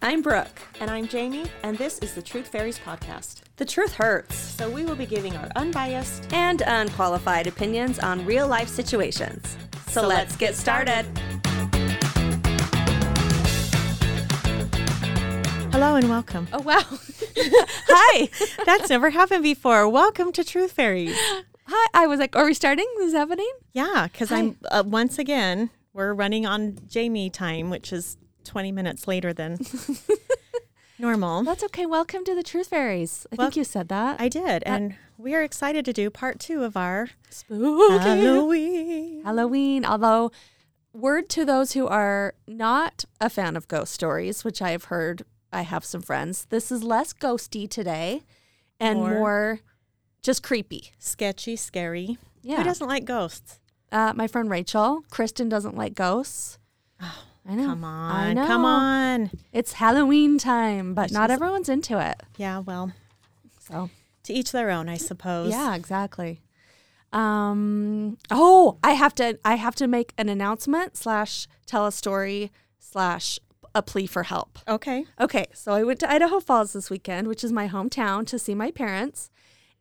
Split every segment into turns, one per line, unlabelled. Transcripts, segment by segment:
I'm Brooke.
And I'm Jamie, and this is the Truth Fairies Podcast.
The truth hurts.
So we will be giving our unbiased.
And unqualified opinions on real life situations. So, let's get started.
Hello and welcome.
Oh, wow.
Hi. That's never happened before. Welcome to Truth Fairies.
Hi, I was like, are we starting? Is this happening?
Yeah, because I'm uh, once again we're running on Jamie time, which is 20 minutes later than normal.
That's okay. Welcome to the Truth Fairies. I think you said that.
I did,
Uh,
and we are excited to do part two of our
Spooky.
Halloween.
Halloween. Although, word to those who are not a fan of ghost stories, which I have heard, I have some friends, this is less ghosty today and
More-
more just creepy.
Sketchy, scary.
Yeah.
Who doesn't like ghosts?
Uh, my friend Rachel, Kristen doesn't like ghosts. I
Mm,
know.
Come
I
on,
know.
come on.
It's Halloween time, but not everyone's into it.
Yeah, well,
So,
to each their own, I suppose.
yeah, exactly. Um, oh, I have to I have to make an announcement slash tell a story slash a plea for help.
Okay.
Okay, so I went to Idaho Falls this weekend, which is my hometown, to see my parents,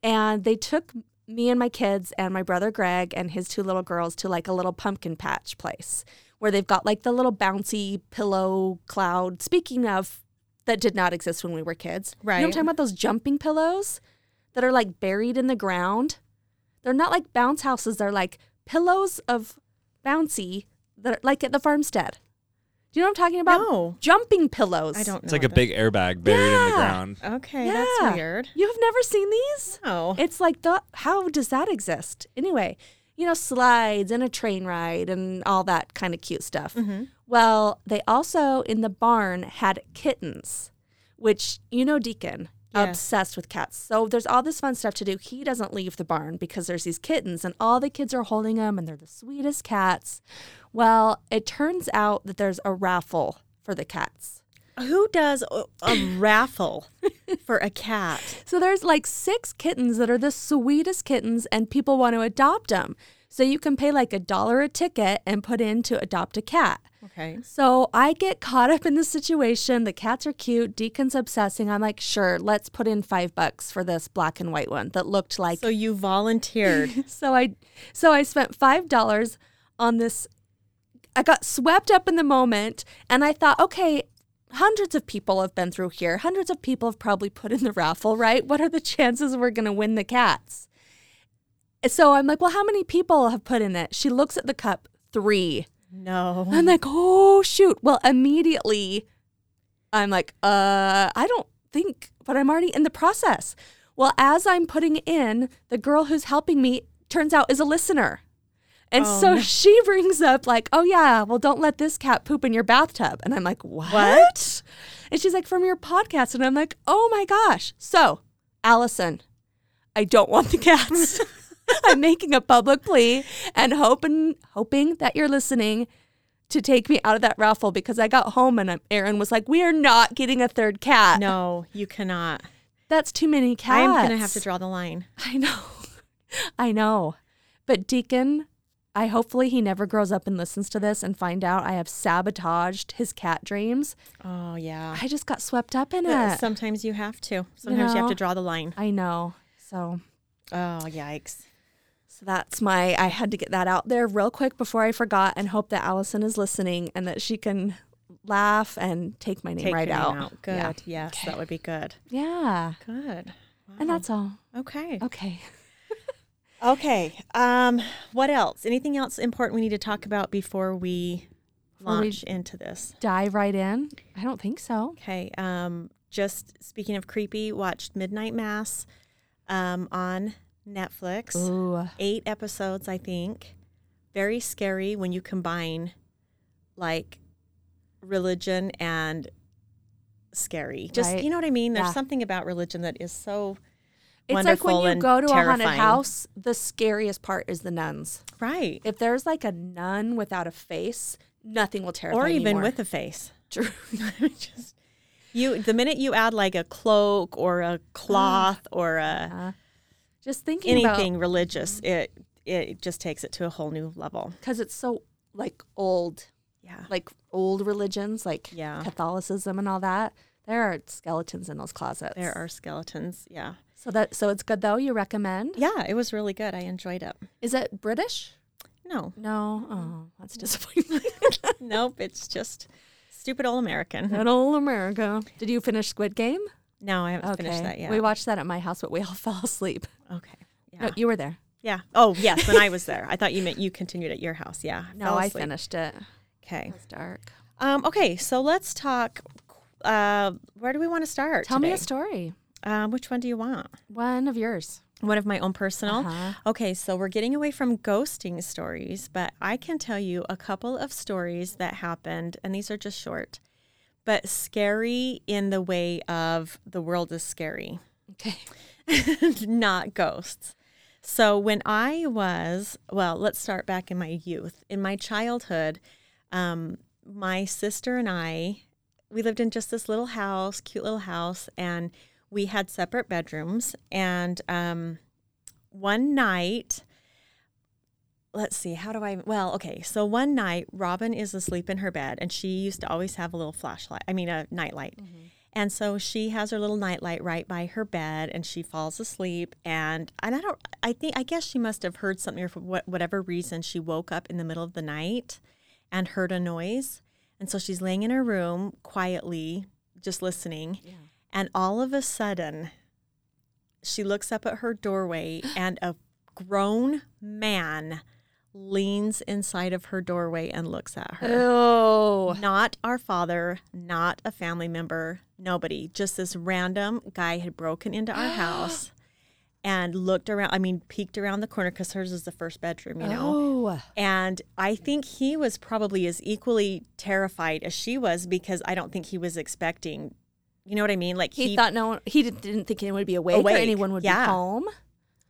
and they took me and my kids and my brother Greg and his two little girls to like a little pumpkin patch place where they've got like the little bouncy pillow cloud. Speaking of, that did not exist when we were kids. You know, I'm
Right.
talking about those jumping pillows that are like buried in the ground. They're not like bounce houses. They're like pillows of bouncy that are like at the farmstead. Do you know what I'm talking about?
No.
Jumping pillows.
I don't know.
It's like a
that-
big airbag buried in the
Yeah.
ground.
Okay,
Yeah.
that's weird.
You have never seen these?
Oh.
It's like the how does that exist? Anyway, you know, slides and a train ride and all that kind of cute stuff.
Mm-hmm.
Well, they also in the barn had kittens, which you know Deacon
Yes.
obsessed with cats. So there's all this fun stuff to do. He doesn't leave the barn because there's these kittens and all the kids are holding them and they're the sweetest cats. Well, it turns out that there's a raffle for the cats.
Who does a, a raffle for a cat?
So there's like six kittens that are the sweetest kittens, and people want to adopt them. So you can pay like a dollar a ticket and put in to adopt a cat.
Okay.
So I get caught up in the situation. The cats are cute. Deacon's obsessing. I'm like, sure, let's put in five bucks for this black and white one that looked like.
So you volunteered.
So I, so I spent five dollars on this. I got swept up in the moment, and I thought, okay, hundreds of people have been through here. Hundreds of people have probably put in the raffle, right? What are the chances we're going to win the cats? So I'm like, well, how many people have put in it? She looks at the cup, three.
No.
I'm like, oh shoot. Well, immediately I'm like, uh, I don't think, but I'm already in the process. Well, as I'm putting in, the girl who's helping me turns out is a listener. And
Oh,
so
no.
she brings up like, "Oh yeah, well don't let this cat poop in your bathtub." And I'm like, "What?"
What?
And she's like, "From your podcast." And I'm like, "Oh my gosh." So, Allison, I don't want the cats. I'm making a public plea and hoping hoping that you're listening to take me out of that raffle because I got home and um, Aaron was like, "We are not getting a third cat.
No, you cannot.
That's too many cats."
I'm going to have to draw the line.
I know. I know. But Deacon, I hopefully he never grows up and listens to this and find out I have sabotaged his cat dreams.
Oh, yeah.
I just got swept up in
Uh,
it.
Sometimes you have to. Sometimes you,
know.
have to draw the line.
I know. So
Oh, yikes.
So that's my, I had to get that out there real quick before I forgot and hope that Allison is listening and that she can laugh and take my name
Take
right
your
out.
name out. Good.
Yeah.
Yes, that would be good.
Yeah.
Good.
And that's all.
Okay.
Okay.
Okay. Um, what else? Anything else important we need to talk about before we
we-
launch into this?
Dive right in. I don't think so.
Okay. Um, just speaking of creepy, watched Midnight Mass um, on Netflix.
Ooh.
Eight episodes, I think. Very scary when you combine like religion and scary. Just
Right.
you know what I mean? There's
Yeah.
something about religion that is so
It's like
Wonderful
when you
and
go to a haunted
terrifying.
house, the scariest part is the nuns.
right.
If there's like a nun without a face, nothing will terrify
Or
you
even
more.
with a face.
True.
Just you the minute you add like a cloak or a cloth or a
Just Mm. thinking Mm.
anything religious, it it just takes it to a whole new level.
because it's so like old.
Yeah.
like old religions like
Yeah.
Catholicism and all that. There are skeletons in those closets.
There are skeletons. Yeah.
So that so it's good though. You recommend?
Yeah, it was really good. I enjoyed it.
Is it British?
No.
No. Oh, that's
Mm.
disappointing.
nope. It's just stupid old American.
Good old America. Did you finish Squid Game?
No, I haven't finished that yet.
We watched that at my house, but we all fell asleep.
okay. Yeah.
No, you were there.
yeah. Oh, yes. When I was there, I thought you meant you continued at your house. Yeah.
No,
fell
I
asleep.
finished it.
Okay.
It was dark.
Um, okay. So let's talk. Uh, where do we want to start?
Tell me
today?
a story.
Um, which one do you want?
One of yours.
One of my own personal.
Uh-huh.
Okay, so we're getting away from ghosting stories, but I can tell you a couple of stories that happened, and these are just short, but scary in the way of the world is scary,
Okay.
not ghosts. So when I was, well, let's start back in my youth. In my childhood, um, my sister and I, we lived in just this little house, cute little house, and we had separate bedrooms. And um, one night, let's see, how do I? Well, okay, so one night, Robin is asleep in her bed, and she used to always have a little flashlight, I mean, a nightlight. And so she has her little nightlight right by her bed, and she falls asleep. And and I don't, I think, I guess she must have heard something, or for what, whatever reason, she woke up in the middle of the night and heard a noise. And so she's laying in her room quietly, just listening. And all of a sudden, she looks up at her doorway and a grown man leans inside of her doorway and looks at her.
Oh.
Not our father, not a family member, nobody. Just this random guy had broken into our house and looked around. I mean, peeked around the corner because hers is the first bedroom, you know.
Oh.
And I think he was probably as equally terrified as she was because I don't think he was expecting, you know what I mean? Like
He, thought no one. He didn't, didn't think anyone would be awake,
Awake,
or anyone would
yeah.
be home.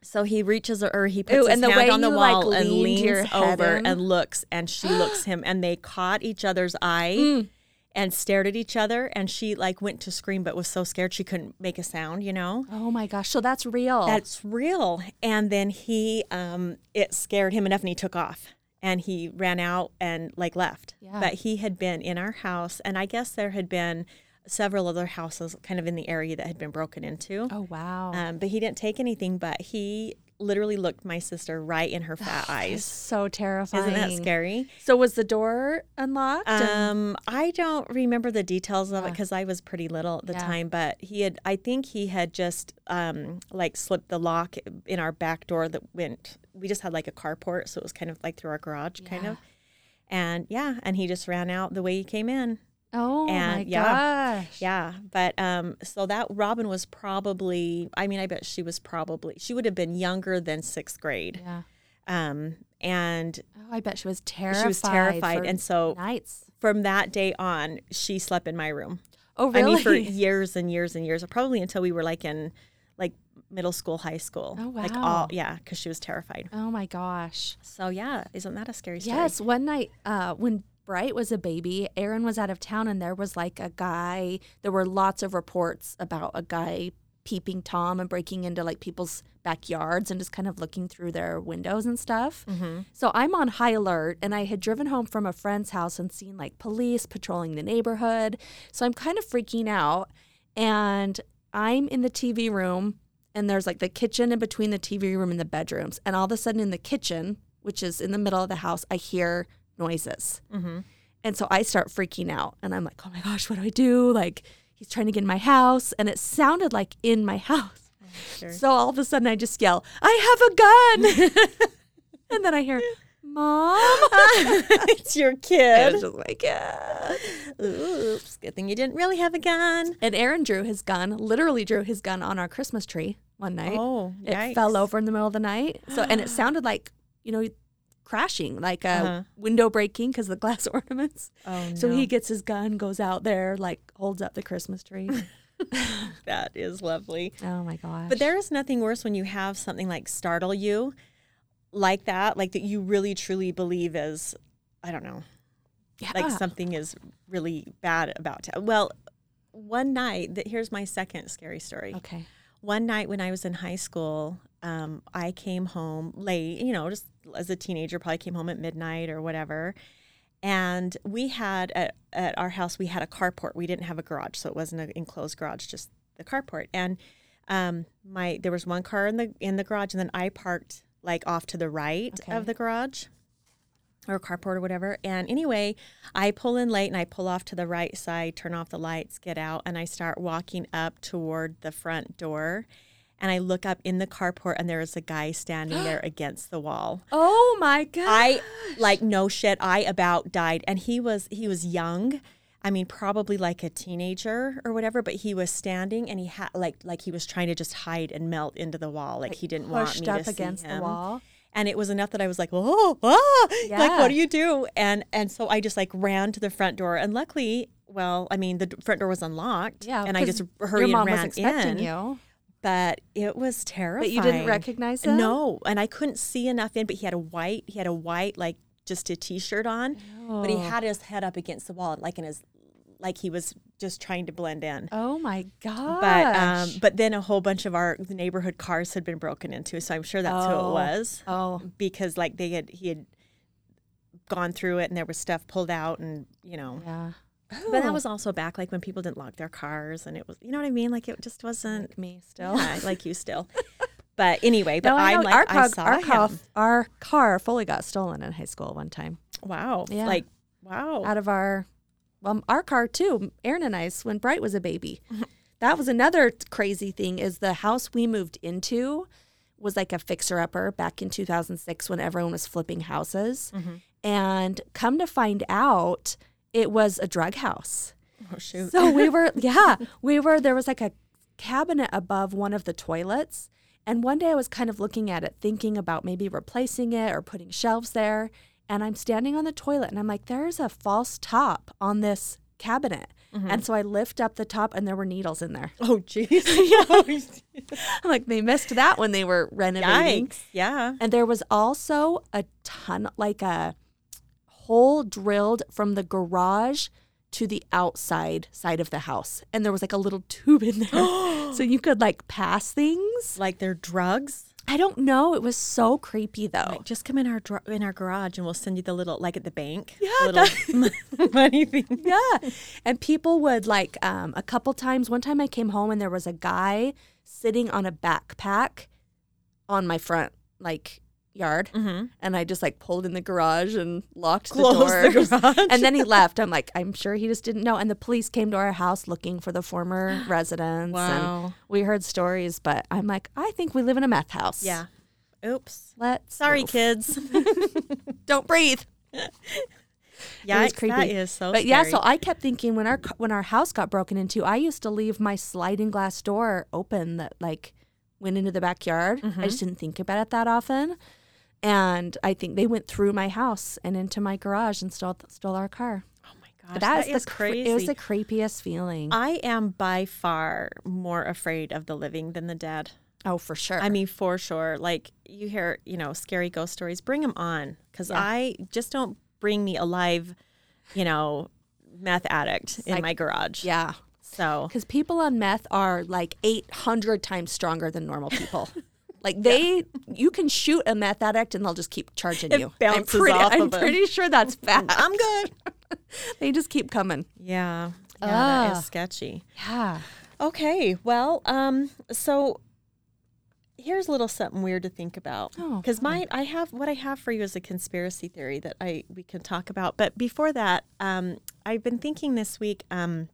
so he reaches or he puts his
and the
hand
way
on the
you, like,
wall and
leaned
leans
your head
over
in.
and looks and she looks him and they caught each other's eye
Mm.
and stared at each other and she like went to scream but was so scared she couldn't make a sound, you know?
Oh my gosh. So that's real.
That's real. And then he, um, it scared him enough and he took off and he ran out and like left.
Yeah.
But he had been in our house and I guess there had been several other houses kind of in the area that had been broken into.
oh wow.
Um, but he didn't take anything, but he literally looked my sister right in her fat eyes.
so terrifying.
Isn't that scary?
So was the door unlocked? and-
Um, I don't remember the details of it
Yeah.
because I was pretty little at the
Yeah.
time. But he had, I think he had just um, like slipped the lock in our back door that went. We just had like a carport, so it was kind of like through our garage, kind
Yeah.
of. And yeah, and he just ran out the way he came in.
oh my
and- yeah.
gosh.
Yeah, but um, so that Robin was probably. I mean, I bet she was probably. She would have been younger than sixth grade.
Yeah.
Um, and
Oh, I bet she was terrified.
terrified,
for
and so-
nights.
from that day on, she slept in my room.
Oh really?
I mean, for years and years and years, probably until we were like in like middle school, high school.
Oh,
Like
wow.
all, yeah, because she was terrified.
oh my gosh.
So yeah, isn't that a scary story?
Yes, one night uh, when Bright was a baby, Aaron was out of town, and there was like a guy. There were lots of reports about a guy peeping tom and breaking into like people's backyards and just kind of looking through their windows and stuff. So I'm on high alert, and I had driven home from a friend's house and seen like police patrolling the neighborhood. So I'm kind of freaking out, and I'm in the TV room and there's like the kitchen in between the TV room and the bedrooms. And all of a sudden, in the kitchen, which is in the middle of the house, I hear noises. And so I start freaking out and I'm like, oh my gosh, what do I do? Like, he's trying to get in my house. And it sounded like in my house.
sure.
So all of a sudden, I just yell, I have a gun. and then I hear, Mom.
it's your
I was
kid.
just like, yeah.
Oops, good thing you didn't really have a gun.
And Aaron drew his gun, literally drew his gun on our Christmas tree one night.
Oh,
it
yikes.
fell over in the middle of the night. So and it sounded like you know crashing, like a
Uh-huh.
window breaking because the glass ornaments.
Oh,
So
no.
he gets his gun, goes out there, like holds up the Christmas tree.
That is lovely.
oh my gosh!
But there is nothing worse when you have something like startle you like that, like that you really truly believe is, I don't know,
yeah.
like something is really bad about. To, well, one night, that here's my second scary story.
okay,
One night when I was in high school, um, I came home late, you know, just as a teenager, probably came home at midnight or whatever. And we had at, at our house, we had a carport. We didn't have a garage, so it wasn't an enclosed garage, just the carport. And um, my there was one car in the in the garage, and then I parked like off to the right
Okay.
of the garage or carport or whatever. And anyway, I pull in late and I pull off to the right side, turn off the lights, get out, and I start walking up toward the front door. And I look up in the carport and there is a guy standing there against the wall.
Oh my god.
I like no shit. I about died, and he was he was young. I mean, probably like a teenager or whatever. But he was standing, and he had like like he was trying to just hide and melt into the wall. Like, he didn't want
Pushed
me
up
to
against
see him.
the wall.
And it was enough that I was like, oh, ah, like
Yeah.
what do you do? And and so I just like ran to the front door, and luckily, well, I mean, the d- front door was unlocked.
Yeah.
and I
'cause
just hurried
Your mom
and ran
was expecting
in.
you.
But it was terrifying.
But you didn't recognize him?
No, and I couldn't see enough in. But he had a white, he had a white like just a t-shirt on, but he
Oh.
had his head up against the wall, like in his, like he was just trying to blend in.
Oh my god.
But um, but then a whole bunch of our neighborhood cars had been broken into, so I'm sure that's who
Oh.
it was
oh.
because like they had he had gone through it and there was stuff pulled out and you know.
Yeah.
But that was also back like when people didn't lock their cars and it was you know what I mean like it just wasn't
me still.
yeah, like you still. But anyway, but
no, I
I'm
know.
like
our,
I
car,
saw
our, car,
him.
our car fully got stolen in high school one time
Wow.
Yeah.
Like, wow.
out of our, well, our car too. Aaron and I's when Bright was a baby. that was another t- crazy thing is the house we moved into was like a fixer upper back in 2006 when everyone was flipping houses. And come to find out, it was a drug house.
Oh, shoot.
So we were, yeah, we were, there was like a cabinet above one of the toilets. And one day I was kind of looking at it, thinking about maybe replacing it or putting shelves there. And I'm standing on the toilet and I'm like, there's a false top on this cabinet. And so I lift up the top and there were needles in there.
Oh, jeez. yeah.
I'm like, they missed that when they were renovating.
Yikes. Yeah.
And there was also a ton, like a hole drilled from the garage to the outside side of the house. And there was like a little tube in there. so you could like pass things.
Like they're drugs.
I don't know. It was so creepy though.
Like, just come in our dr- in our garage and we'll send you the little like at the bank.
Yeah,
Little money thing.
yeah. And people would like um, a couple times. One time I came home and there was a guy sitting on a backpack on my front, like, yard.
Mm-hmm.
And I just like pulled in the garage and locked
Close the
the door.
garage.
and then he left. I'm like, I'm sure he just didn't know. And the police came to our house looking for the former residents.
Wow.
And we heard stories, but I'm like, I think we live in a meth house.
Yeah. Oops.
Let's
Sorry,
move.
kids.
Don't breathe.
yeah,
it was creepy.
That is so
But yeah,
scary.
so I kept thinking when our c- when our house got broken into, I used to leave my sliding glass door open that like went into the backyard.
Mm-hmm.
I just didn't think about it that often. And I think they went through my house and into my garage and stole stole our car.
oh my
But
gosh,
that,
that
is,
is
the, cra-
crazy. Uh,
It was the creepiest feeling.
I am by far more afraid of the living than the dead.
oh, for sure.
I mean, for sure. Like you hear, you know, scary ghost stories. Bring them on, because I just don't bring me a live, you know, meth addict in
Psych-
my garage.
yeah,
So
because people on meth are like eight hundred times stronger than normal people. like they, you can shoot a meth addict and they'll just keep charging
It
you. I'm
bounces
pretty,
off
I'm
of 'em.
pretty sure that's fact.
I'm good.
they just keep coming.
Yeah. Yeah, that
Ah.
is sketchy.
Yeah.
Okay. Well, um, so here's a little something weird to think about.
Oh,
Because my I have what I have for you is a conspiracy theory that I we can talk about. But before that, um, I've been thinking this week, um,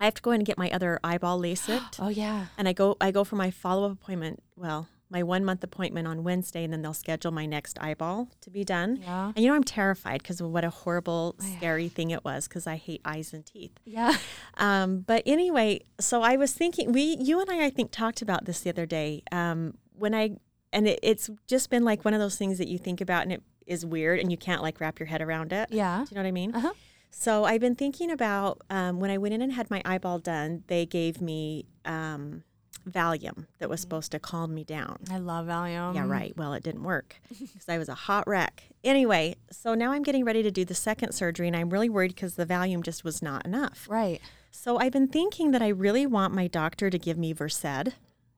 I have to go in and get my other eyeball LASIKed.
Oh yeah.
and I go I go for my follow up appointment. Well, my one month appointment on Wednesday, and then they'll schedule my next eyeball to be done.
Yeah.
And you know I'm terrified because of what a horrible, scary thing it was because I hate eyes and teeth.
Yeah.
Um, but anyway, so I was thinking we you and I I think talked about this the other day um, when I and it, it's just been like one of those things that you think about and it is weird and you can't like wrap your head around it.
Yeah.
Do you know what I mean?
Uh-huh.
So I've been thinking about um, when I went in and had my eyeball done, they gave me um, Valium that was supposed to calm me down.
I love Valium.
Yeah, right. Well, it didn't work because I was a hot wreck. Anyway, so now I'm getting ready to do the second surgery and I'm really worried because the Valium just was not enough.
Right.
So I've been thinking that I really want my doctor to give me Versed.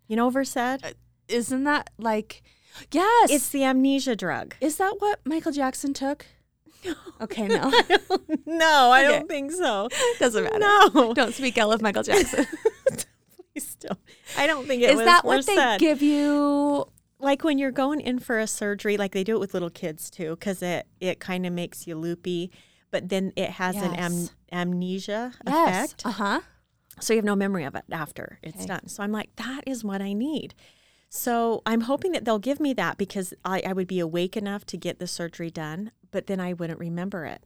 You know Versed?
Isn't that like Yes.
It's the amnesia drug.
is that what Michael Jackson took? Okay, no.
no, I
Okay.
don't think so.
Doesn't matter.
No.
Don't speak ill of Michael Jackson.
Please don't. I don't think it
Is
was
that
worth
what they
said.
give you?
like when you're going in for a surgery, like they do it with little kids too, because it, it kind of makes you loopy, but then it has an am-
Yes.
amnesia
Yes.
effect.
Uh huh.
So you have no memory of it after it's
Okay.
done. So I'm like, that is what I need. So I'm hoping that they'll give me that because I, I would be awake enough to get the surgery done, but then I wouldn't remember it.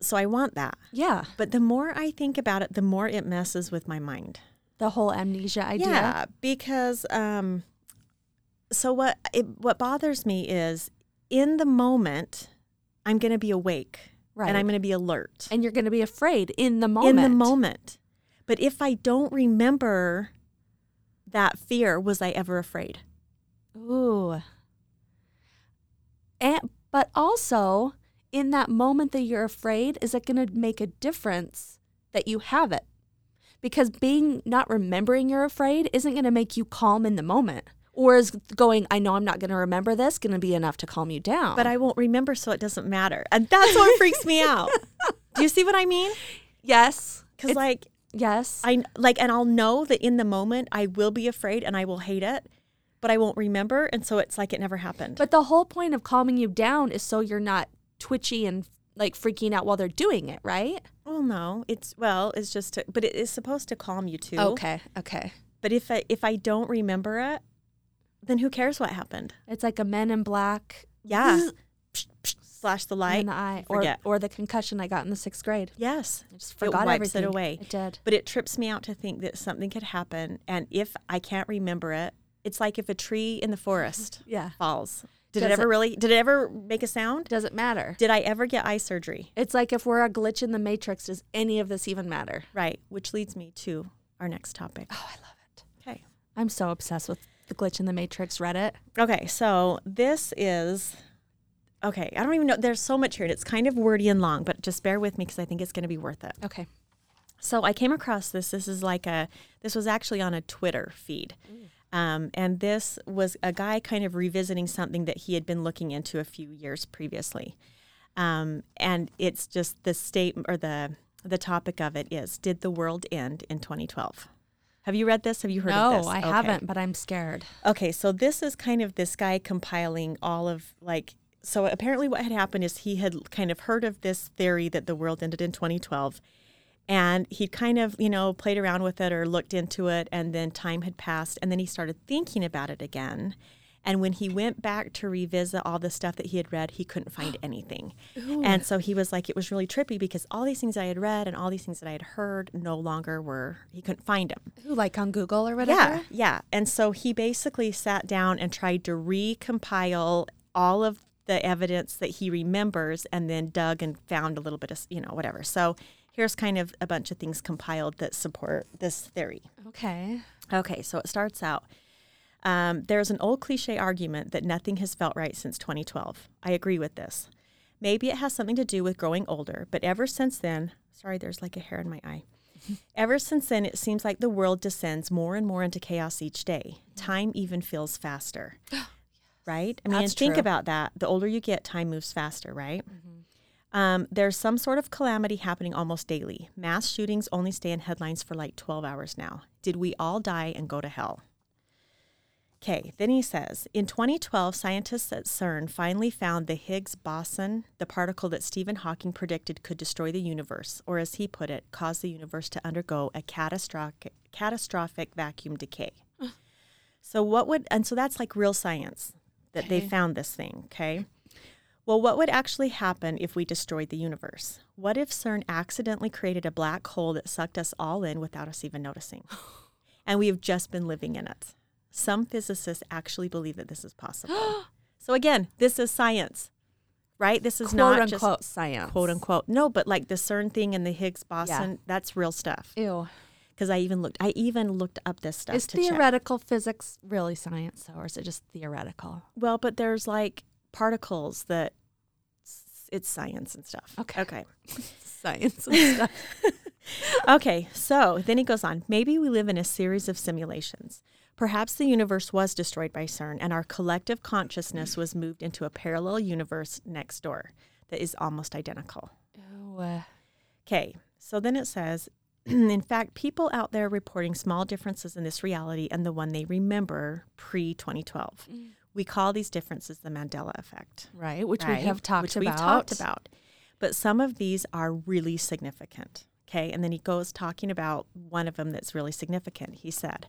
So I want that.
Yeah.
But the more I think about it, the more it messes with my mind.
The whole amnesia idea.
Yeah, because um, so what? It, what bothers me is in the moment, I'm going to be awake,
Right.
and I'm going to be alert
And you're going to be afraid in the moment.
in the moment. But if I don't remember that fear, was I ever afraid?
Ooh. And but also in that moment that you're afraid, is it going to make a difference that you have it? Because being not remembering you're afraid isn't going to make you calm in the moment. Or is going, I know I'm not going to remember this, going to be enough to calm you down?
But I won't remember, so it doesn't matter. And that's what freaks me out. Do you see what I mean?
yes,
Because like
yes,
I like, and I'll know that in the moment I will be afraid and I will hate it, but I won't remember, and so it's like it never happened.
But the whole point of calming you down is so you're not twitchy and like freaking out while they're doing it, right?
Well, no, it's well, it's just, to, but it is supposed to calm you too.
Okay, okay.
But if I if I don't remember it, then who cares what happened?
It's like a Men in Black
Yeah. Psh, psh, Slash the
in
light.
the eye, or
forget.
or the concussion I got in the sixth grade.
Yes.
I just forgot
it wipes
everything.
it away.
It did.
But it trips me out to think that something could happen, and if I can't remember it, it's like if a tree in the forest
Yeah,
falls. Did
Does
it ever
it-
really? Did it ever make a sound?
doesn't matter.
Did I ever get eye surgery?
It's like if we're a glitch in the matrix, does any of this even matter?
Right, which leads me to our next topic.
Oh, I love it.
Okay.
I'm so obsessed with the glitch in the matrix Reddit.
Okay, so this is okay. I don't even know. There's so much here, and it's kind of wordy and long, but just bear with me because I think it's going to be worth it.
Okay.
So I came across this. This is like a. This was actually on a Twitter feed,
Mm.
um, and this was a guy kind of revisiting something that he had been looking into a few years previously, um, and it's just the state or the the topic of it is: Did the world end in 2012? Have you read this? Have you heard of
No,
this?
I
Okay.
haven't, but I'm scared.
Okay, so this is kind of this guy compiling all of like so apparently what had happened is he had kind of heard of this theory that the world ended in 2012 and he kind of, you know, played around with it or looked into it and then time had passed and then he started thinking about it again. And when he went back to revisit all the stuff that he had read, he couldn't find anything. And so he was like, it was really trippy because all these things I had read and all these things that I had heard no longer were, he couldn't find them.
Ooh, like on Google or whatever.
Yeah, yeah. And so he basically sat down and tried to recompile all of the evidence that he remembers and then dug and found a little bit of, you know, whatever. So here's kind of a bunch of things compiled that support this theory.
Okay.
Okay, so it starts out. Um, there's an old cliche argument that nothing has felt right since 2012. I agree with this. Maybe it has something to do with growing older, but ever since then, sorry, there's like a hair in my eye. ever since then, it seems like the world descends more and more into chaos each day. Time even feels faster, right? I mean,
That's
think
true.
about that. The older you get, time moves faster, right?
Mm-hmm.
Um, there's some sort of calamity happening almost daily. Mass shootings only stay in headlines for like 12 hours now. Did we all die and go to hell? Okay, then he says In 2012, scientists at CERN finally found the Higgs boson, the particle that Stephen Hawking predicted could destroy the universe, or as he put it, cause the universe to undergo a catastrophic, catastrophic vacuum decay. so, what would, and so that's like real science that they found this thing, okay? Well, what would actually happen if we destroyed the universe? What if CERN accidentally created a black hole that sucked us all in without us even noticing? And we have just been living in it. Some physicists actually believe that this is possible. so, again, this is science, right? This is
Quote
not
unquote science.
just quote unquote. No, but like the CERN thing and the Higgs boson, that's real stuff.
Ew.
Because I even looked, I even looked up this stuff
Is
to check.
theoretical physics really science, though, or is it just theoretical?
Well, but there's like particles that s- it's science and stuff.
Okay.
Okay.
Science and stuff.
Okay, so then he goes on. Maybe we live in a series of simulations. Perhaps the universe was destroyed by CERN and our collective consciousness was moved into a parallel universe next door. that is almost identical.
Ooh, uh,
Okay, so then it says, in fact, people out there reporting small differences in this reality and the one they remember pre 2012. We call these differences the Mandela effect.
right, which we
right?
have talked
Which
about.
We've talked about. But some of these are really significant. Okay. And then he goes talking about one of them that's really significant. He said,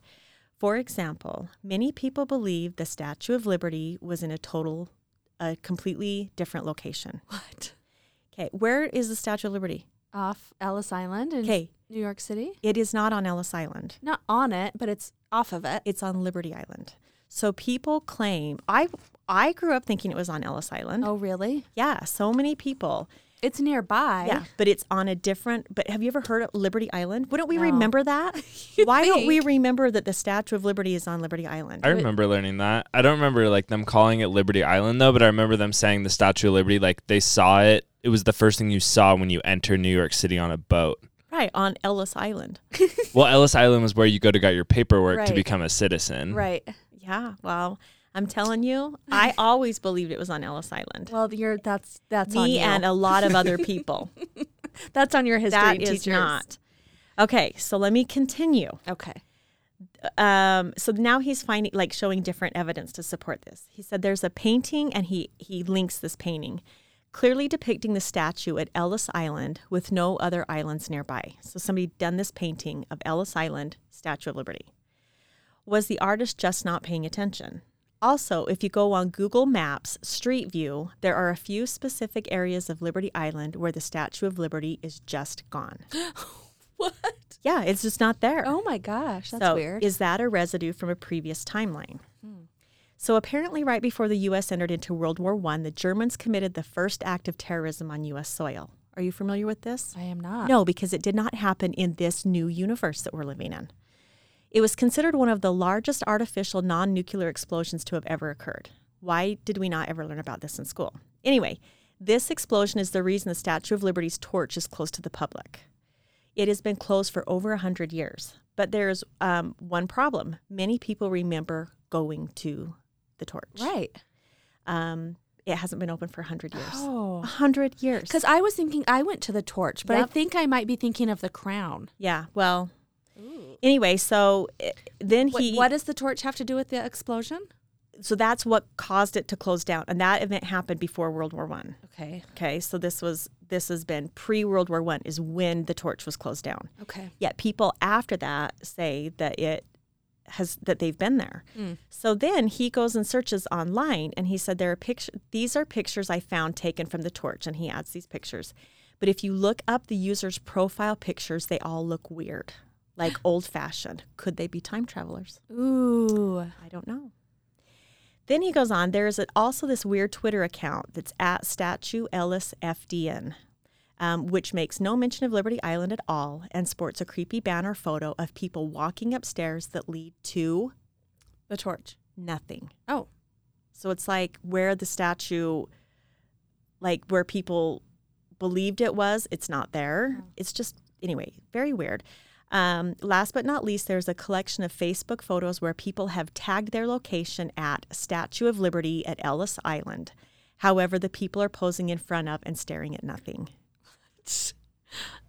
for example, many people believe the Statue of Liberty was in a total, a completely different location.
What?
Okay. Where is the Statue of Liberty?
Off Ellis Island in
Okay.
New York City?
It is not on Ellis Island.
Not on it, but it's off of it.
It's on Liberty Island. So people claim I I grew up thinking it was on Ellis Island.
Oh, really?
Yeah, so many people.
It's nearby.
Yeah, but it's on a different. But have you ever heard of Liberty Island? Wouldn't we
No.
remember that? Why don't we remember that the Statue of Liberty is on Liberty Island?
I remember learning that. I don't remember like them calling it Liberty Island though, but I remember them saying the Statue of Liberty. Like they saw it. It was the first thing you saw when you enter New York City on a boat.
right on Ellis Island.
well, Ellis Island was where you go to get your paperwork to
Right.
become a citizen.
Right.
Yeah. Well, I'm telling you, I always believed it was on Ellis Island.
Well, you're that's that's on
Me
you.
and a lot of other people.
that's on your history
that
teachers.
is not. Okay, so let me continue.
Okay.
um, so now he's finding like showing different evidence to support this. He said there's a painting, and he he links this painting clearly depicting the statue at Ellis Island with no other islands nearby. So somebody done this painting of Ellis Island, Statue of Liberty. Was the artist just not paying attention? Also, if you go on Google Maps Street View, there are a few specific areas of Liberty Island where the Statue of Liberty is just gone.
What?
Yeah, it's just not there
Oh my gosh, that's
so
weird. Hmm.
is that a residue from a previous timeline? So apparently, right before the U.S. entered into World War One, the Germans committed the first act of terrorism on U.S. soil. Are you familiar with this?
I am not.
Uh, No, because it did not happen in this new universe that we're living in. It was considered one of the largest artificial non nuclear explosions to have ever occurred. Why did we not ever learn about this in school? Anyway, this explosion is the reason the Statue of Liberty's torch is closed to the public. It has been closed for over 100 years, but there's um, one problem. Many people remember going to the torch.
Right.
Um, it hasn't been open for 100 years.
Oh.
100 years.
Because I was thinking I went to the torch, but I
Yep.
think I might be thinking of the crown.
Yeah. Well. Anyway, so eh, then
What,
he.
what does the torch have to do with the explosion?
so that's what caused it to close down, and that event happened before World War One.
Okay.
Okay, so this was this has been pre World War One is when the torch was closed down.
Okay.
Yet people after that say that it has that they've been there. So then he goes and searches online and he said there are pictures these are pictures I found taken from the torch and he adds these pictures. But if you look up the user's profile pictures, they all look weird. Like old fashioned. Could they be time travelers?
Ooh.
I don't know. Then he goes on. There is also this weird Twitter account that's at Statue Ellis FDN, um, which makes no mention of Liberty Island at all and sports a creepy banner photo of people walking upstairs that lead to
The torch.
nothing.
Oh.
So it's like where the statue, like where people believed it was, it's not there.
Hmm.
It's just, anyway, very weird. Um, last but not least, there's a collection of Facebook photos where people have tagged their location at Statue of Liberty at Ellis Island. However, the people are posing in front of and staring at nothing.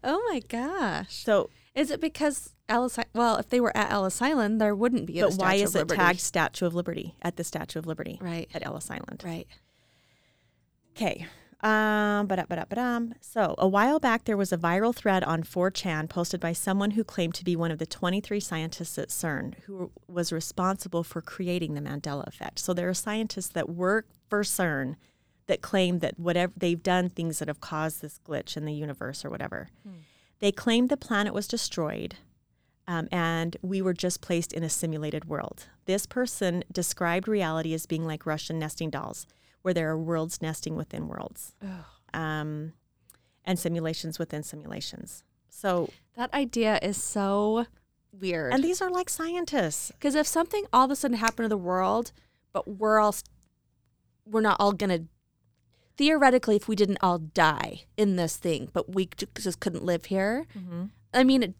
Oh my gosh.
So,
Is it because Ellis? I- Well, if they were at Ellis Island, there wouldn't be. a
but why
Statue
is
of
it
Liberty.
tagged Statue of Liberty at the Statue of Liberty
Right.
at Ellis Island?
Right.
Okay. Um, ba ba So a while back, there was a viral thread on 4chan posted by someone who claimed to be one of the 23 scientists at CERN who was responsible for creating the Mandela effect. So there are scientists that work for CERN that claim that whatever they've done things that have caused this glitch in the universe or whatever. They claimed the planet was destroyed um, and we were just placed in a simulated world. This person described reality as being like Russian nesting dolls, where there are worlds nesting within worlds um, and simulations within simulations. So,
That idea is so weird.
and these are like scientists.
Because if something all of a sudden happened to the world, but we're all, st- we're not all gonna. Theoretically, if we didn't all die in this thing, but we j- just couldn't live here, I mean, it,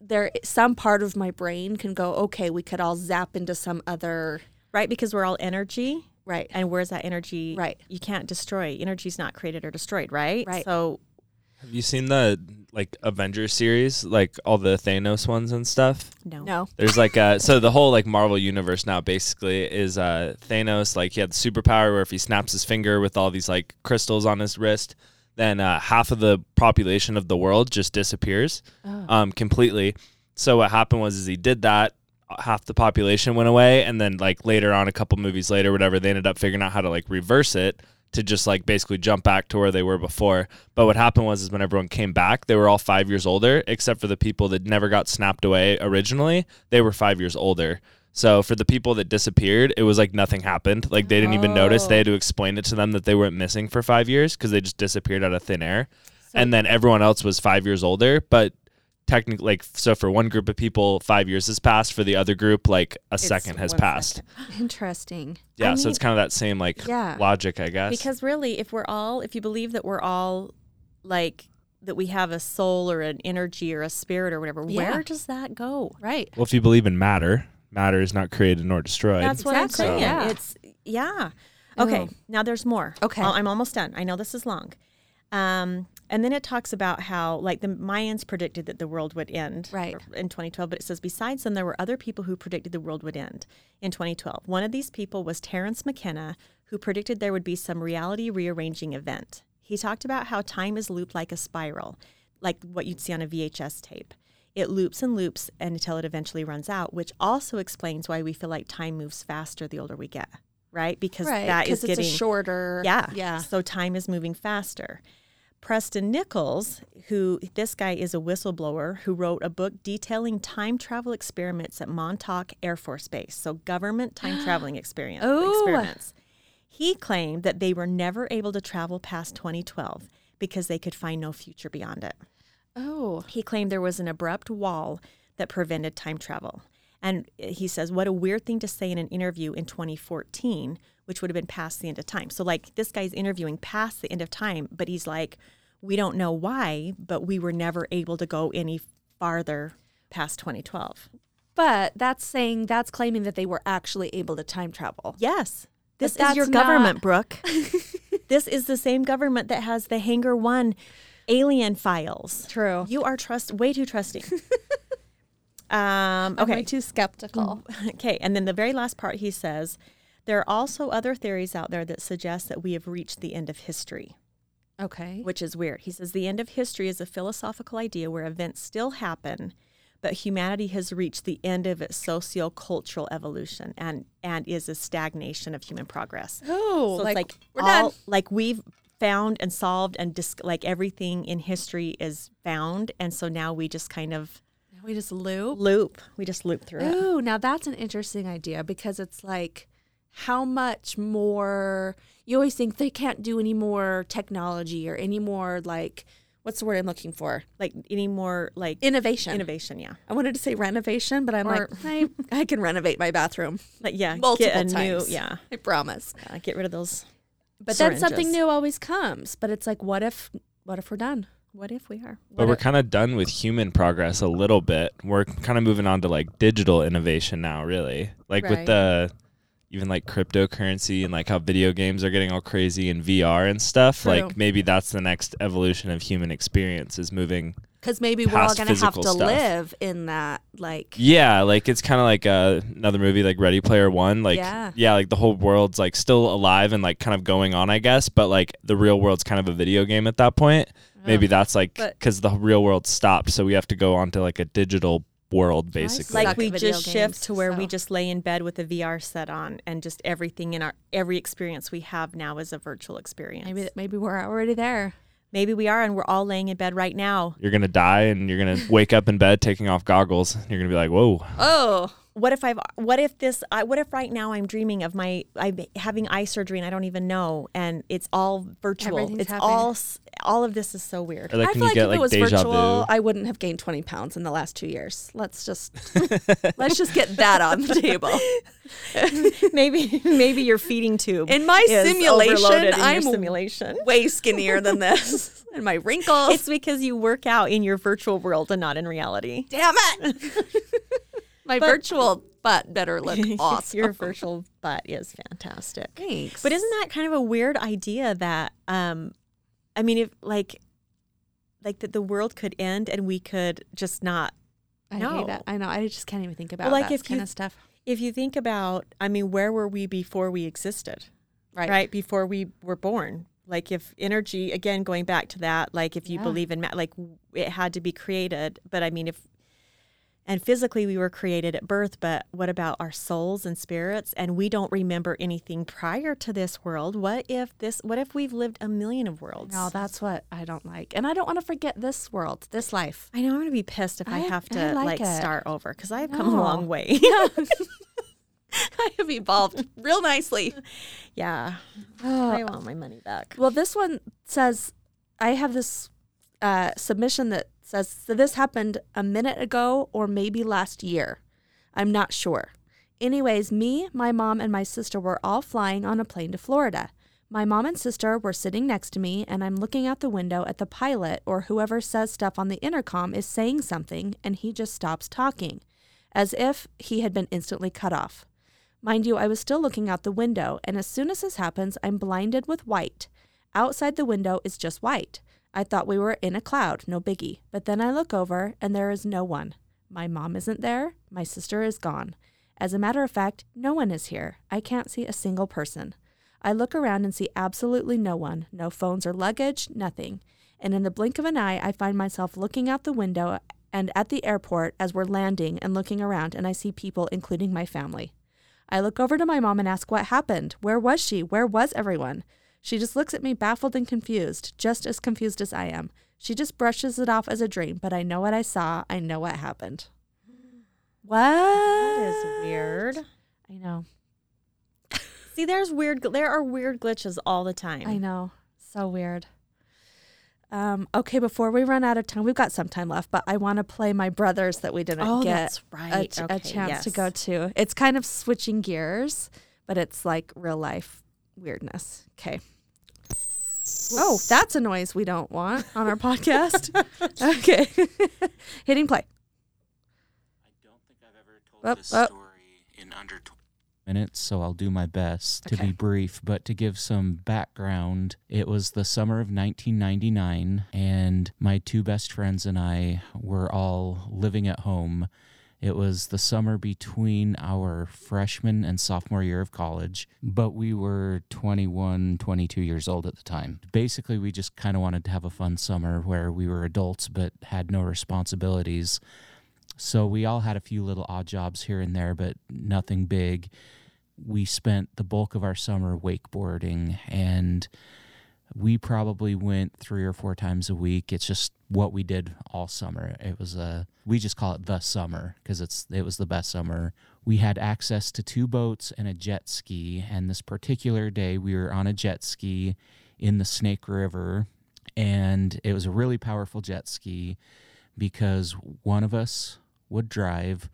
there some part of my brain can go, okay, we could all zap into some other
Right, because we're all energy
Right.
And where's that energy?
Right.
You can't destroy. Energy's not created or destroyed, right?
Right.
So
Have you seen the like Avengers series, like all the Thanos ones and stuff?
no.
No.
There's like uh so the whole like Marvel universe now basically is uh Thanos like he had the superpower where if he snaps his finger with all these like crystals on his wrist, then uh, half of the population of the world just disappears um completely. So what happened was is he did that half the population went away and then like later on a couple movies later whatever they ended up figuring out how to like reverse it to just like basically jump back to where they were before but what happened was is when everyone came back they were all five years older except for the people that never got snapped away originally they were five years older so for the people that disappeared it was like nothing happened like they didn't even notice they had to explain it to them that they weren't missing for five years because they just disappeared out of thin air and then everyone else was five years older but technically like so for one group of people five years has passed for the other group like a second has
one
passed
second.
Interesting.
yeah
I
so it's kind of that same like
Yeah.
logic i guess
Because really, if we're all, if you believe that we're all like, that we have a soul or an energy or a spirit or whatever,
Yeah.
where does that go?
Right.
well if you believe in matter matter is not created nor destroyed
That's what I'm
Exactly.
saying.
Yeah.
It's yeah. Okay.
Ew.
Now there's more.
Okay.
I'll- I'm almost done. I know this is long. Um, and then it talks about how like the Mayans predicted that the world would end
Right.
in 2012, but it says besides them there were other people who predicted the world would end in 2012. One of these people was Terrence McKenna, who predicted there would be some reality rearranging event. He talked about how time is looped like a spiral, like what you'd see on a VHS tape. It loops and loops until it eventually runs out, which also explains why we feel like time moves faster the older we get, right? Because
Right.
that is
Because it's
getting
a shorter.
yeah.
Yeah.
So time is moving faster. Preston Nichols, who this guy is a whistleblower who wrote a book detailing time travel experiments at Montauk Air Force Base. So government time traveling experience
Ooh.
experiments. He claimed that they were never able to travel past 2012 because they could find no future beyond it.
Oh.
He claimed there was an abrupt wall that prevented time travel. And he says, what a weird thing to say in an interview in 2014, which would have been past the end of time. So, like, this guy's interviewing past the end of time, but he's like, we don't know why, but we were never able to go any farther past 2012.
But that's saying that's claiming that they were actually able to time travel.
Yes. This
But
is your
that's not-
government, Brooke. this is the same government that has the Hangar One alien files.
True.
You are trust way too trusting. um,
I'm
okay.
way too skeptical.
Okay, and then the very last part he says, there are also other theories out there that suggest that we have reached the end of history,
Okay.
which is weird. He says the end of history is a philosophical idea where events still happen, but humanity has reached the end of its socio-cultural evolution and and is a stagnation of human progress.
Oh,
so it's like
we're
all,
done.
like we've found and solved and dis- like everything in history is found and so now we just kind of
Now we just loop.
loop we just loop through it
Ooh, now that's an interesting idea because it's like how much more you always think they can't do any more technology or any more like what's the word I'm looking for?
like any more like
Innovation.
innovation yeah
I wanted to say renovation, but I'm like,
Or-
I, I can renovate my bathroom
Like yeah,
multiple
get a
times.
new yeah,
I promise.
yeah, get rid of those.
But then something
syringes.
new always comes. But it's like, what if, what if we're done?
What if we are?
but
What
we're
if-
kind of done with human progress a little bit we're kind of moving on to like digital innovation now really like
Right.
with the even like cryptocurrency and like how video games are getting all crazy and vr and stuff
True.
like maybe that's the next evolution of human experience is moving
Because maybe we're all
Past
going to have to
physical stuff.
live in that. Like,
Yeah, like it's kind of like uh, another movie like Ready Player One. Like
Yeah.
yeah. like the whole world's like still alive and like kind of going on, I guess. But like the real world's kind of a video game at that point.
Uh-huh.
Maybe that's like
But-
because the real world stopped, so we have to go on to like a digital world basically.
suck
like we
at video
just
games,
shift to where we
so.
just lay in bed with a VR set on, and just everything in our every experience we have now is a virtual experience.
maybe, maybe we're already there.
Maybe we are, and we're all laying in bed right now.
you're gonna die and you're gonna wake up in bed taking off goggles. You're gonna be like, whoa.
Oh,
What if I've? What if this? I, what if right now I'm dreaming of my I'm having eye surgery and I don't even know, and it's all virtual.
Everything's
It's
happening.
all s- all of this is so weird.
Or like
I
when
feel
you
like
get
if
like
it was
deja
virtual,
vu.
I wouldn't have gained 20 pounds in the last two years. Let's just let's just get that on the table.
maybe maybe your feeding tube
In my
is
simulation,
overloaded in your
I'm-
simulation.
Way skinnier than this, and my wrinkles.
It's because you work out in your virtual world and not in reality.
Damn it! my virtual butt better look awesome.
Your virtual butt is fantastic.
Thanks.
But isn't that kind of a weird idea that um I mean if like like that the world could end and we could just not
I
No.
hate it. I know. I just can't even think about
like,
that
if
kind
you-
of stuff.
if you think about I mean where were we before we existed?
Right.
right before we were born like if energy again going back to that like if you
Yeah.
believe in ma- like w- it had to be created but i mean if and physically we were created at birth but what about our souls and spirits and we don't remember anything prior to this world what if this what if we've lived a million of worlds
No, that's what I don't like, and I don't want to forget this world, this life.
i know i'm gonna be pissed if i,
I-
have
I
to
like
like,
it.
start over because i've come a long
No.
way
I have evolved real nicely.
yeah i
Oh,
want my money back
Well, this one says, I have this uh, submission that says, so this happened a minute ago or maybe last year. I'm not sure. Anyways, me, my mom, and my sister were all flying on a plane to Florida. My mom and sister were sitting next to me, and I'm looking out the window at the pilot or whoever says stuff on the intercom is saying something, and he just stops talking, as if he had been instantly cut off. Mind you, I was still looking out the window, and as soon as this happens, I'm blinded with white. Outside the window is just white. I thought we were in a cloud, no biggie. But then I look over, and there is no one. My mom isn't there. My sister is gone. As a matter of fact, no one is here. I can't see a single person. I look around and see absolutely no one no phones or luggage, nothing. And in the blink of an eye, I find myself looking out the window and at the airport as we're landing and looking around, and I see people, including my family. I look over to my mom and ask what happened. Where was she? Where was everyone? She just looks at me baffled and confused, just as confused as I am. She just brushes it off as a dream, but I know what I saw. I know what happened. What?
that is weird
I know.
see there's weird gl- there are weird glitches all the time
I know. So weird. Um, okay, before we run out of time, we've got some time left, but I want to play my brothers that we didn't
Oh,
get
that's
a,
right.
ch- a
Okay,
chance to
yes.
go to. It's kind of switching gears, but it's like real life weirdness. Okay. Oh, that's a noise we don't want on our podcast. okay. Hitting play.
I don't think I've ever told
Up,
this
up.
story in under 20 minutes, so I'll do my best to
Okay.
be brief, but to give some background, it was the summer of 1999, and my two best friends and I were all living at home. It was the summer between our freshman and sophomore year of college, but we were 21, 22 years old at the time. Basically, we just kind of wanted to have a fun summer where we were adults but had no responsibilities. So we all had a few little odd jobs here and there, but nothing big. We spent the bulk of our summer wakeboarding and we probably went three or four times a week. It's just what we did all summer. It was a we just call it the summer because it's it was the best summer. We had access to two boats and a jet ski, and this particular day we were on a jet ski in the Snake River, and it was a really powerful jet ski because one of us would drive,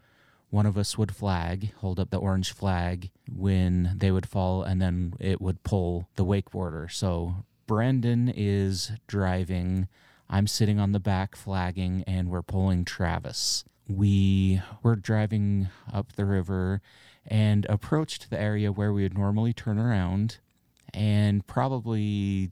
one of us would flag, hold up the orange flag when they would fall, and then it would pull the wakeboarder. So Brandon is driving, I'm sitting on the back flagging, and we're pulling Travis. We were driving up the river and approached the area where we would normally turn around, and probably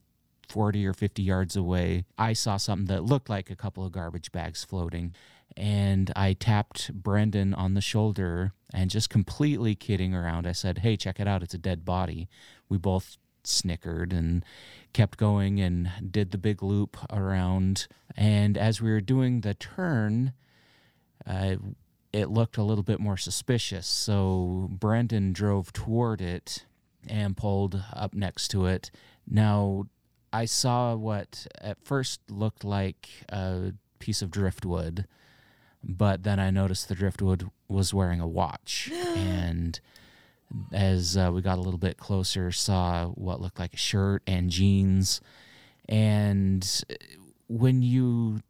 40 or 50 yards away, I saw something that looked like a couple of garbage bags floating. And I tapped Brendan on the shoulder and just completely kidding around, I said, Hey, check it out. It's a dead body. We both snickered and kept going and did the big loop around. And as we were doing the turn, uh, it looked a little bit more suspicious. So Brendan drove toward it and pulled up next to it. Now, I saw what at first looked like a piece of driftwood, but then I noticed the driftwood was wearing a watch. and as uh, we got a little bit closer, saw what looked like a shirt and jeans. And when you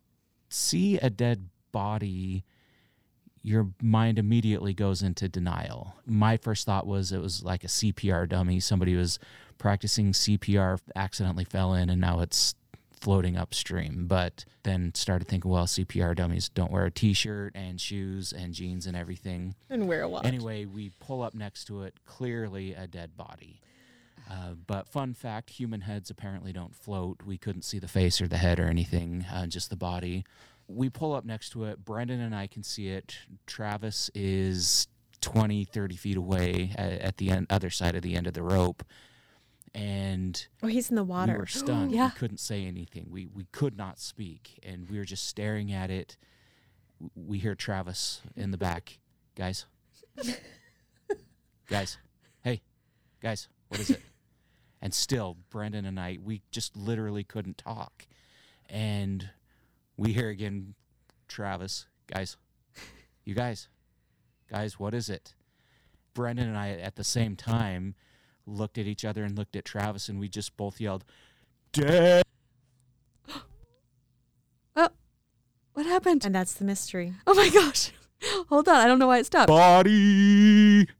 see a dead body, your mind immediately goes into denial. My first thought was it was like a CPR dummy. Somebody was practicing CPR, accidentally fell in, and now it's floating upstream. But then started thinking, well, CPR dummies don't wear a t-shirt and shoes and jeans and everything.
And wear a watch.
Anyway, we pull up next to it, clearly a dead body. Uh, but fun fact human heads apparently don't float. We couldn't see the face or the head or anything, uh, just the body. We pull up next to it. Brendan and I can see it. Travis is 20, 30 feet away a- at the end, other side of the end of the rope. And
Oh, he's in the
we
water.
were stunned.
Yeah.
We couldn't say anything. We we could not speak, and we were just staring at it. W- We hear Travis in the back, guys, guys, hey, guys, what is it? and still, Brendan and I, we just literally couldn't talk, and we hear again, Travis, guys, you guys, guys, what is it? Brendan and I at the same time looked at each other and looked at Travis, and we just both yelled, "Dead!"
Oh, what happened?
and that's the mystery.
Oh my gosh. Hold on. I don't know why it stopped.
body.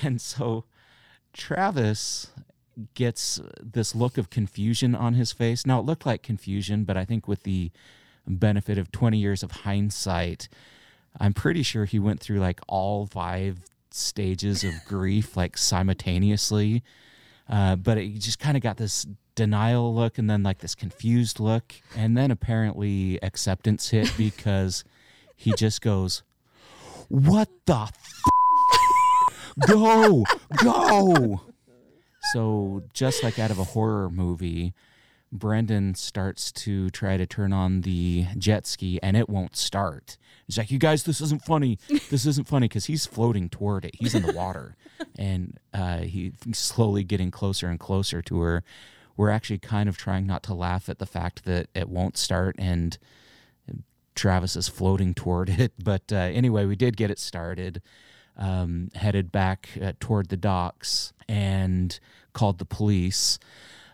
And so Travis gets this look of confusion on his face. Now, it looked like confusion, but I think with the benefit of 20 years of hindsight, I'm pretty sure he went through like all five stages of grief, like simultaneously. Uh, but it, he just kind of got this denial look and then like this confused look. And then apparently acceptance hit because he just goes, what the f- go go so just like out of a horror movie brendan starts to try to turn on the jet ski and it won't start he's like you guys this isn't funny this isn't funny because he's floating toward it he's in the water and uh, he- he's slowly getting closer and closer to her we're actually kind of trying not to laugh at the fact that it won't start and Travis is floating toward it. But uh, anyway, we did get it started, um, headed back uh, toward the docks and called the police.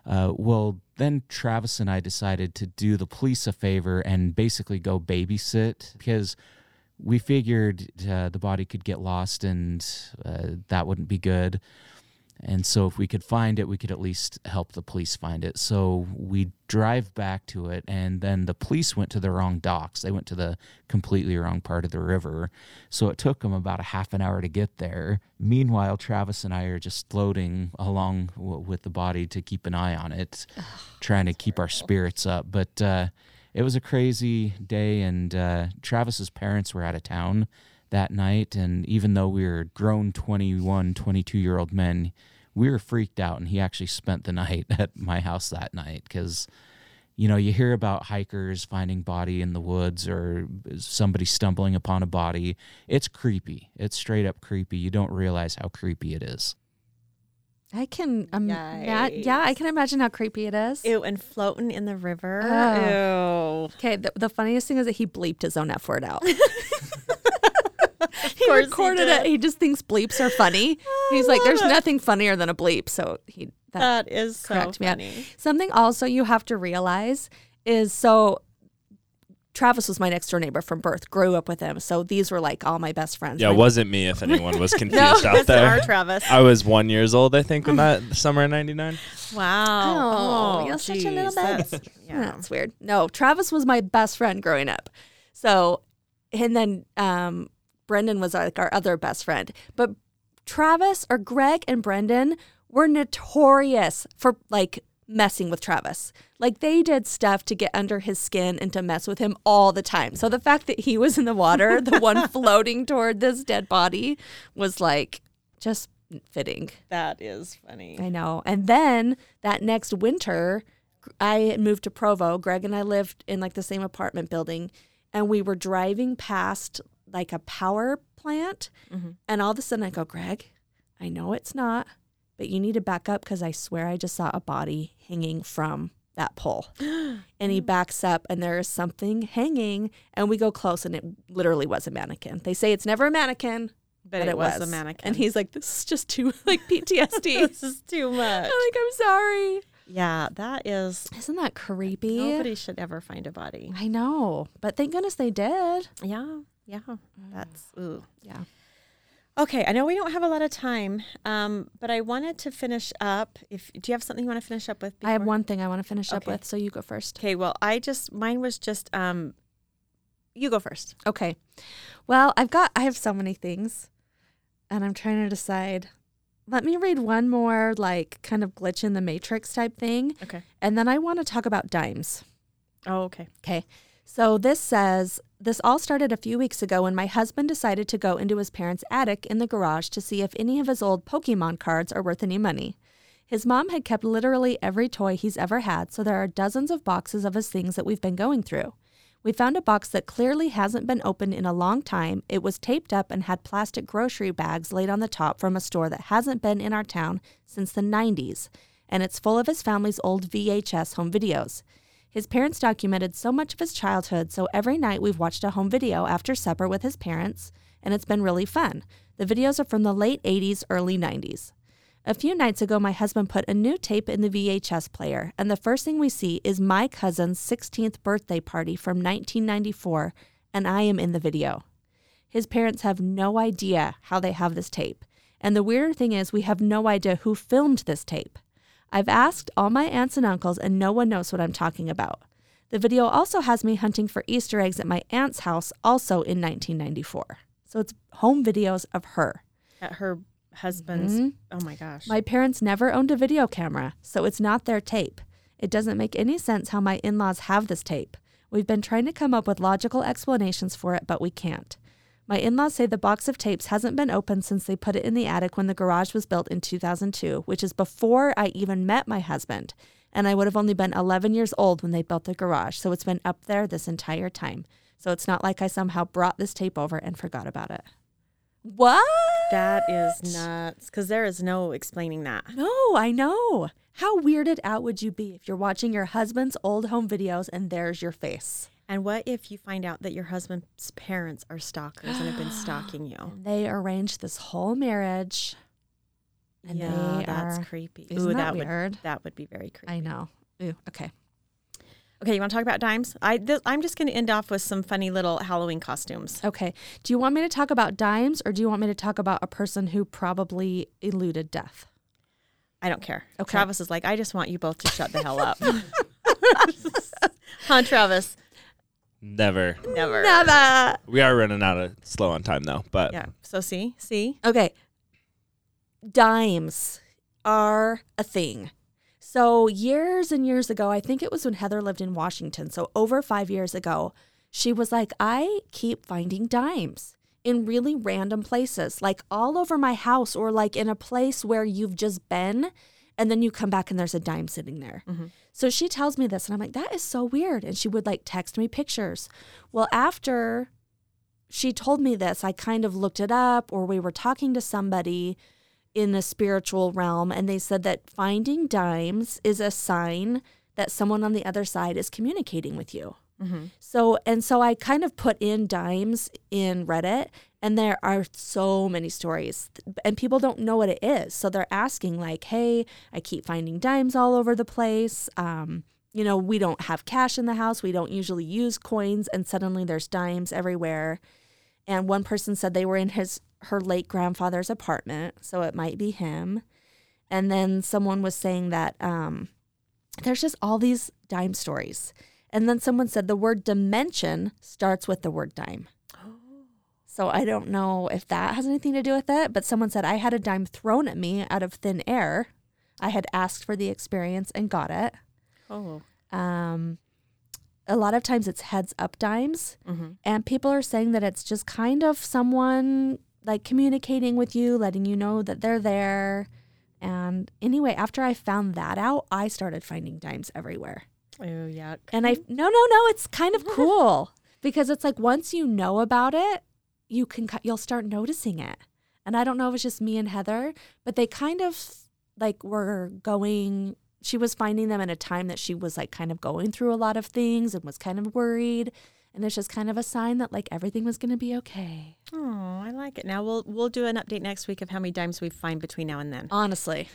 Uh, well, then Travis and I decided to do the police a favor and basically go babysit because we figured uh, the body could get lost and uh, that wouldn't be good. And so, if we could find it, we could at least help the police find it. So, we drive back to it, and then the police went to the wrong docks. They went to the completely wrong part of the river. So, it took them about a half an hour to get there. Meanwhile, Travis and I are just floating along w- with the body to keep an eye on it, trying to keep our spirits up. But uh, it was a crazy day, and uh, Travis's parents were out of town that night. And even though we were grown 21, 22 year old men, we were freaked out. And he actually spent the night at my house that night because, you know, you hear about hikers finding body in the woods or somebody stumbling upon a body. It's creepy. It's straight up creepy. You don't realize how creepy it is.
I can um, yeah, yeah, I can imagine how creepy it is.
Ew, and floating in the river. Ew.
Okay, the, the funniest thing is that he bleeped his own F word out. he
course he
recorded it.
did.
He just thinks bleeps are funny. He's like, there's nothing funnier than a bleep. So he that
That is so
cracked me up.
funny.
Something also you have to realize is so Travis was my next door neighbor from birth, grew up with him. So these were like all my best friends.
Yeah, it
My-
wasn't me if anyone was confused out
That's our
there.
Travis.
I was one years old, I think, when that summer of '99.
Wow.
Oh, you're such a little
geez,
bug.
that's-
Yeah,
Yeah.
That's weird. No, Travis was my best friend growing up. So, and then um, Brendan was like our other best friend. But Travis or Greg and Brendan were notorious for like messing with Travis. Like they did stuff to get under his skin and to mess with him all the time. So the fact that he was in the water, the one floating toward this dead body, was like just fitting.
That is funny.
I know. And then that next winter, I had moved to Provo. Greg and I lived in like the same apartment building, and we were driving past like a power plant.
Mm-hmm.
And all of a sudden, I go, Greg, I know it's not, but you need to back up because I swear I just saw a body hanging from that pole. and he backs up, and there is something hanging. And we go close, and it literally was a mannequin. They say it's never a mannequin.
But it was a mannequin.
And he's like, this is just too, like PTSD.
this is too much.
I'm like, I'm sorry.
Yeah, that is.
Isn't that creepy?
Nobody should ever find a body.
I know, but thank goodness they did.
Yeah. Yeah. That's ooh.
Yeah.
Okay, I know we don't have a lot of time, um, but I wanted to finish up. If do you have something you want to finish up with?
I have
before?
one thing I want to finish up
Okay.
with, so you go first.
Okay, well, I just mine was just um, you go first.
Okay. Well, I've got I have so many things and I'm trying to decide. Let me read one more like kind of glitch in the matrix type thing
Okay.
and then I want to talk about dimes.
Oh, okay.
Okay. So this says this all started a few weeks ago when my husband decided to go into his parents' attic in the garage to see if any of his old Pokemon cards are worth any money. His mom had kept literally every toy he's ever had, so there are dozens of boxes of his things that we've been going through. We found a box that clearly hasn't been opened in a long time. It was taped up and had plastic grocery bags laid on the top from a store that hasn't been in our town since the 90s, and it's full of his family's old VHS home videos. His parents documented so much of his childhood, so every night we've watched a home video after supper with his parents, and it's been really fun. The videos are from the late 80s, early 90s. A few nights ago, my husband put a new tape in the VHS player, and the first thing we see is my cousin's 16th birthday party from 1994, and I am in the video. His parents have no idea how they have this tape. And the weirder thing is, we have no idea who filmed this tape. I've asked all my aunts and uncles, and no one knows what I'm talking about. The video also has me hunting for Easter eggs at my aunt's house, also in 1994. So it's home videos of her.
At her husband's. Oh my gosh.
Mm-hmm. My parents never owned a video camera, so it's not their tape. It doesn't make any sense how my in laws have this tape. We've been trying to come up with logical explanations for it, but we can't. My in laws say the box of tapes hasn't been opened since they put it in the attic when the garage was built in 2002, which is before I even met my husband. And I would have only been 11 years old when they built the garage, so it's been up there this entire time. So it's not like I somehow brought this tape over and forgot about it. What?
that is nuts. Because there is no explaining that.
No, I know. How weirded out would you be if you're watching your husband's old home videos and there's your face?
And what if you find out that your husband's parents are stalkers and have been stalking you?
They arranged this whole marriage. And
yeah,
they
that's
are-
creepy.
Isn't that
would
weird?
that would be very creepy.
I know. Ooh, okay.
Okay, you want to talk about dimes? I th- I'm just going to end off with some funny little Halloween costumes.
Okay. Do you want me to talk about dimes or do you want me to talk about a person who probably eluded death?
I don't care.
Okay.
Travis is like, I just want you both to shut the hell up. huh, Travis?
Never.
Never.
Never.
We are running out of slow on time though, but
Yeah. So see, see,
Okay. Dimes are a thing. So, years and years ago, I think it was when Heather lived in Washington. So, over five years ago, she was like, I keep finding dimes in really random places, like all over my house or like in a place where you've just been. And then you come back and there's a dime sitting there. So she tells me this, and I'm like, that is so weird. And she would like text me pictures. Well, after she told me this, I kind of looked it up, or we were talking to somebody in the spiritual realm, and they said that finding dimes is a sign that someone on the other side is communicating with you. So, and so I kind of put in dimes in Reddit, and there are so many stories, and people don't know what it is. So they're asking, like, hey, I keep finding dimes all over the place. Um, you know, we don't have cash in the house, we don't usually use coins, and suddenly there's dimes everywhere. And one person said they were in his her late grandfather's apartment, so it might be him. And then someone was saying that um, there's just all these dime stories. And then someone said the word dimension starts with the word dime. So I don't know if that has anything to do with it, but someone said I had a dime thrown at me out of thin air. I had asked for the experience and got it.
oh,
Um, a lot of times it's heads up dimes, and people are saying that it's just kind of someone like communicating with you, letting you know that they're there. And anyway, after I found that out, I started finding dimes everywhere.
oh, yuck.
And I no no no, it's kind of cool because it's like once you know about it, you can ki- you'll start noticing it. And I don't know if it's just me and Heather, but they kind of like were going. She was finding them at a time that she was like kind of going through a lot of things and was kind of worried. And it's just kind of a sign that like everything was going to be okay.
Oh, I like it. Now we'll we'll do an update next week of how many dimes we find between now and then.
Honestly,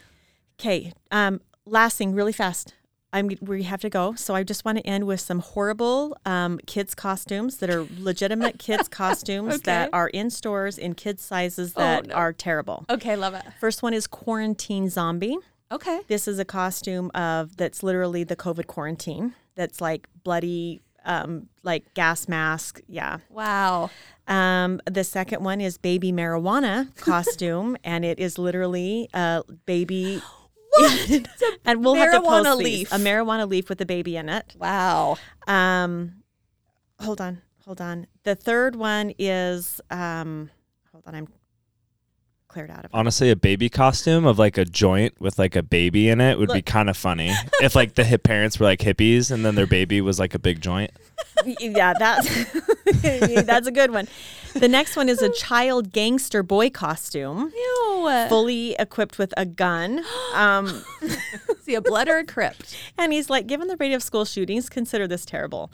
Okay. Um, last thing, really fast. I'm we have to go. So I just want to end with some horrible um, kids costumes that are legitimate kids costumes that
Okay.
are in stores in kids sizes that
no.
are terrible.
Okay, love it.
First one is quarantine zombie.
Okay.
This is a costume of that's literally the COVID quarantine. That's like bloody, um, like gas mask. Yeah.
Wow.
Um, the second one is baby marijuana costume, and it is literally a baby. What? and we'll have to post
marijuana
these.
leaf.
A marijuana leaf with a baby in it.
Wow.
Um, hold on, hold on. The third one is um, hold on. I'm cleared out of it.
Honestly, a baby costume of like a joint with like a baby in it would be
Look.
kind of funny if like the hip parents were like hippies and then their baby was like a big joint.
yeah, that's that's a good one. The next one is a child gangster boy costume,
Ew.
fully equipped with a gun. Um,
See a blood or a crypt.
and he's like, given the rate of school shootings, consider this terrible.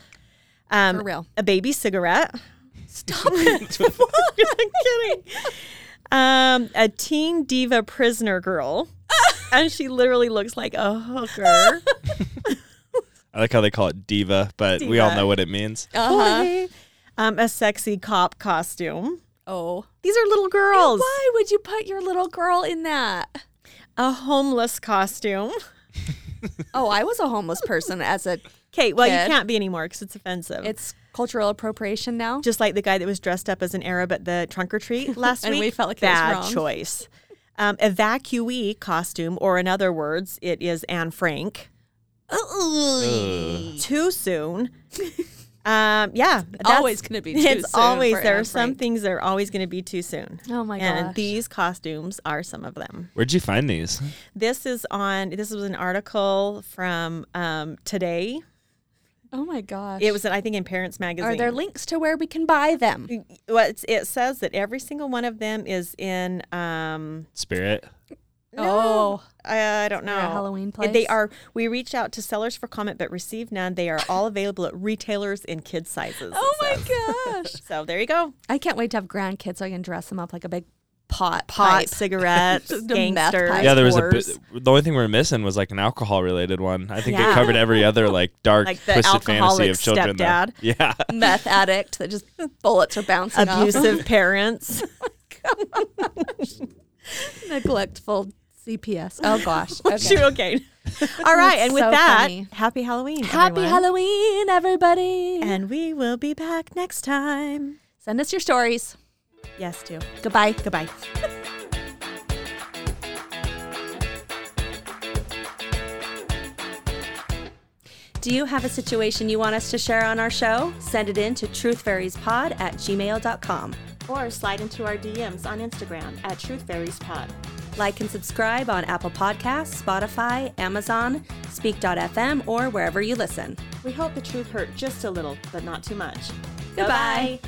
Um,
For real.
A baby cigarette. Stop it! I'm kidding. Um, a teen diva prisoner girl, and she literally looks like a hooker.
I like how they call it diva, but we all
Diva. Uh,
know what it means.
Boy. Um, a sexy cop costume.
Oh.
These are little girls.
Why would you put your little girl in that?
a homeless costume.
Oh, I was a homeless person as a
Okay, well,
Kid.
you can't be anymore because it's offensive.
it's cultural appropriation now.
just like the guy that was dressed up as an Arab at the trunk or treat last
And
week.
we felt like it was
bad
wrong.
choice. Um, evacuee costume, or in other words, it is Anne Frank. Too soon. Um, yeah, that's-
always gonna be too
It's
soon
always
for
there are
Anne
some
Frank.
things that are always going to be too soon.
Oh my
And
gosh.
these costumes are some of them.
Where'd you find these?
This is on. This was an article from um, today.
oh my gosh.
It was, I think, in Parents Magazine.
Are there links to where we can buy them?
Well, it's, it says that every single one of them is in. Um,
Spirit.
Oh.
I, I don't know.
there a Halloween
They
place?
are. We reached out to sellers for comment, but received none. They are all available at retailers in kid sizes. it
Oh my
says.
gosh.
So there you go.
I can't wait to have grandkids so I can dress them up like a big pot
Pot,
pipe.
cigarettes,
Just a meth
gangsters.
pipe.
yeah, there was a.
whores.
Bit, the only thing we are missing was like an alcohol related one. I think they
Yeah.
covered every other like dark,
Like the
twisted fantasy
alcoholic
of children. though.
stepdad.
Yeah.
Meth addict that just bullets are bouncing off.
abusive parents.
Neglectful CPS. Oh gosh. Okay.
Shoot, okay. All right, and with
so
that,
funny.
happy Halloween.
Happy
everyone.
Halloween, everybody.
And we will be back next time.
Send us your stories.
Yes, too.
Goodbye.
Goodbye.
Do you have a situation you want us to share on our show? Send it in to truthfairiespod at gmail.com. Or slide into our DMs on Instagram at truthfairiespod. Like and subscribe on Apple Podcasts, Spotify, Amazon, Speak.fm, or wherever you listen. We hope the truth hurt just a little, but not too much. Goodbye.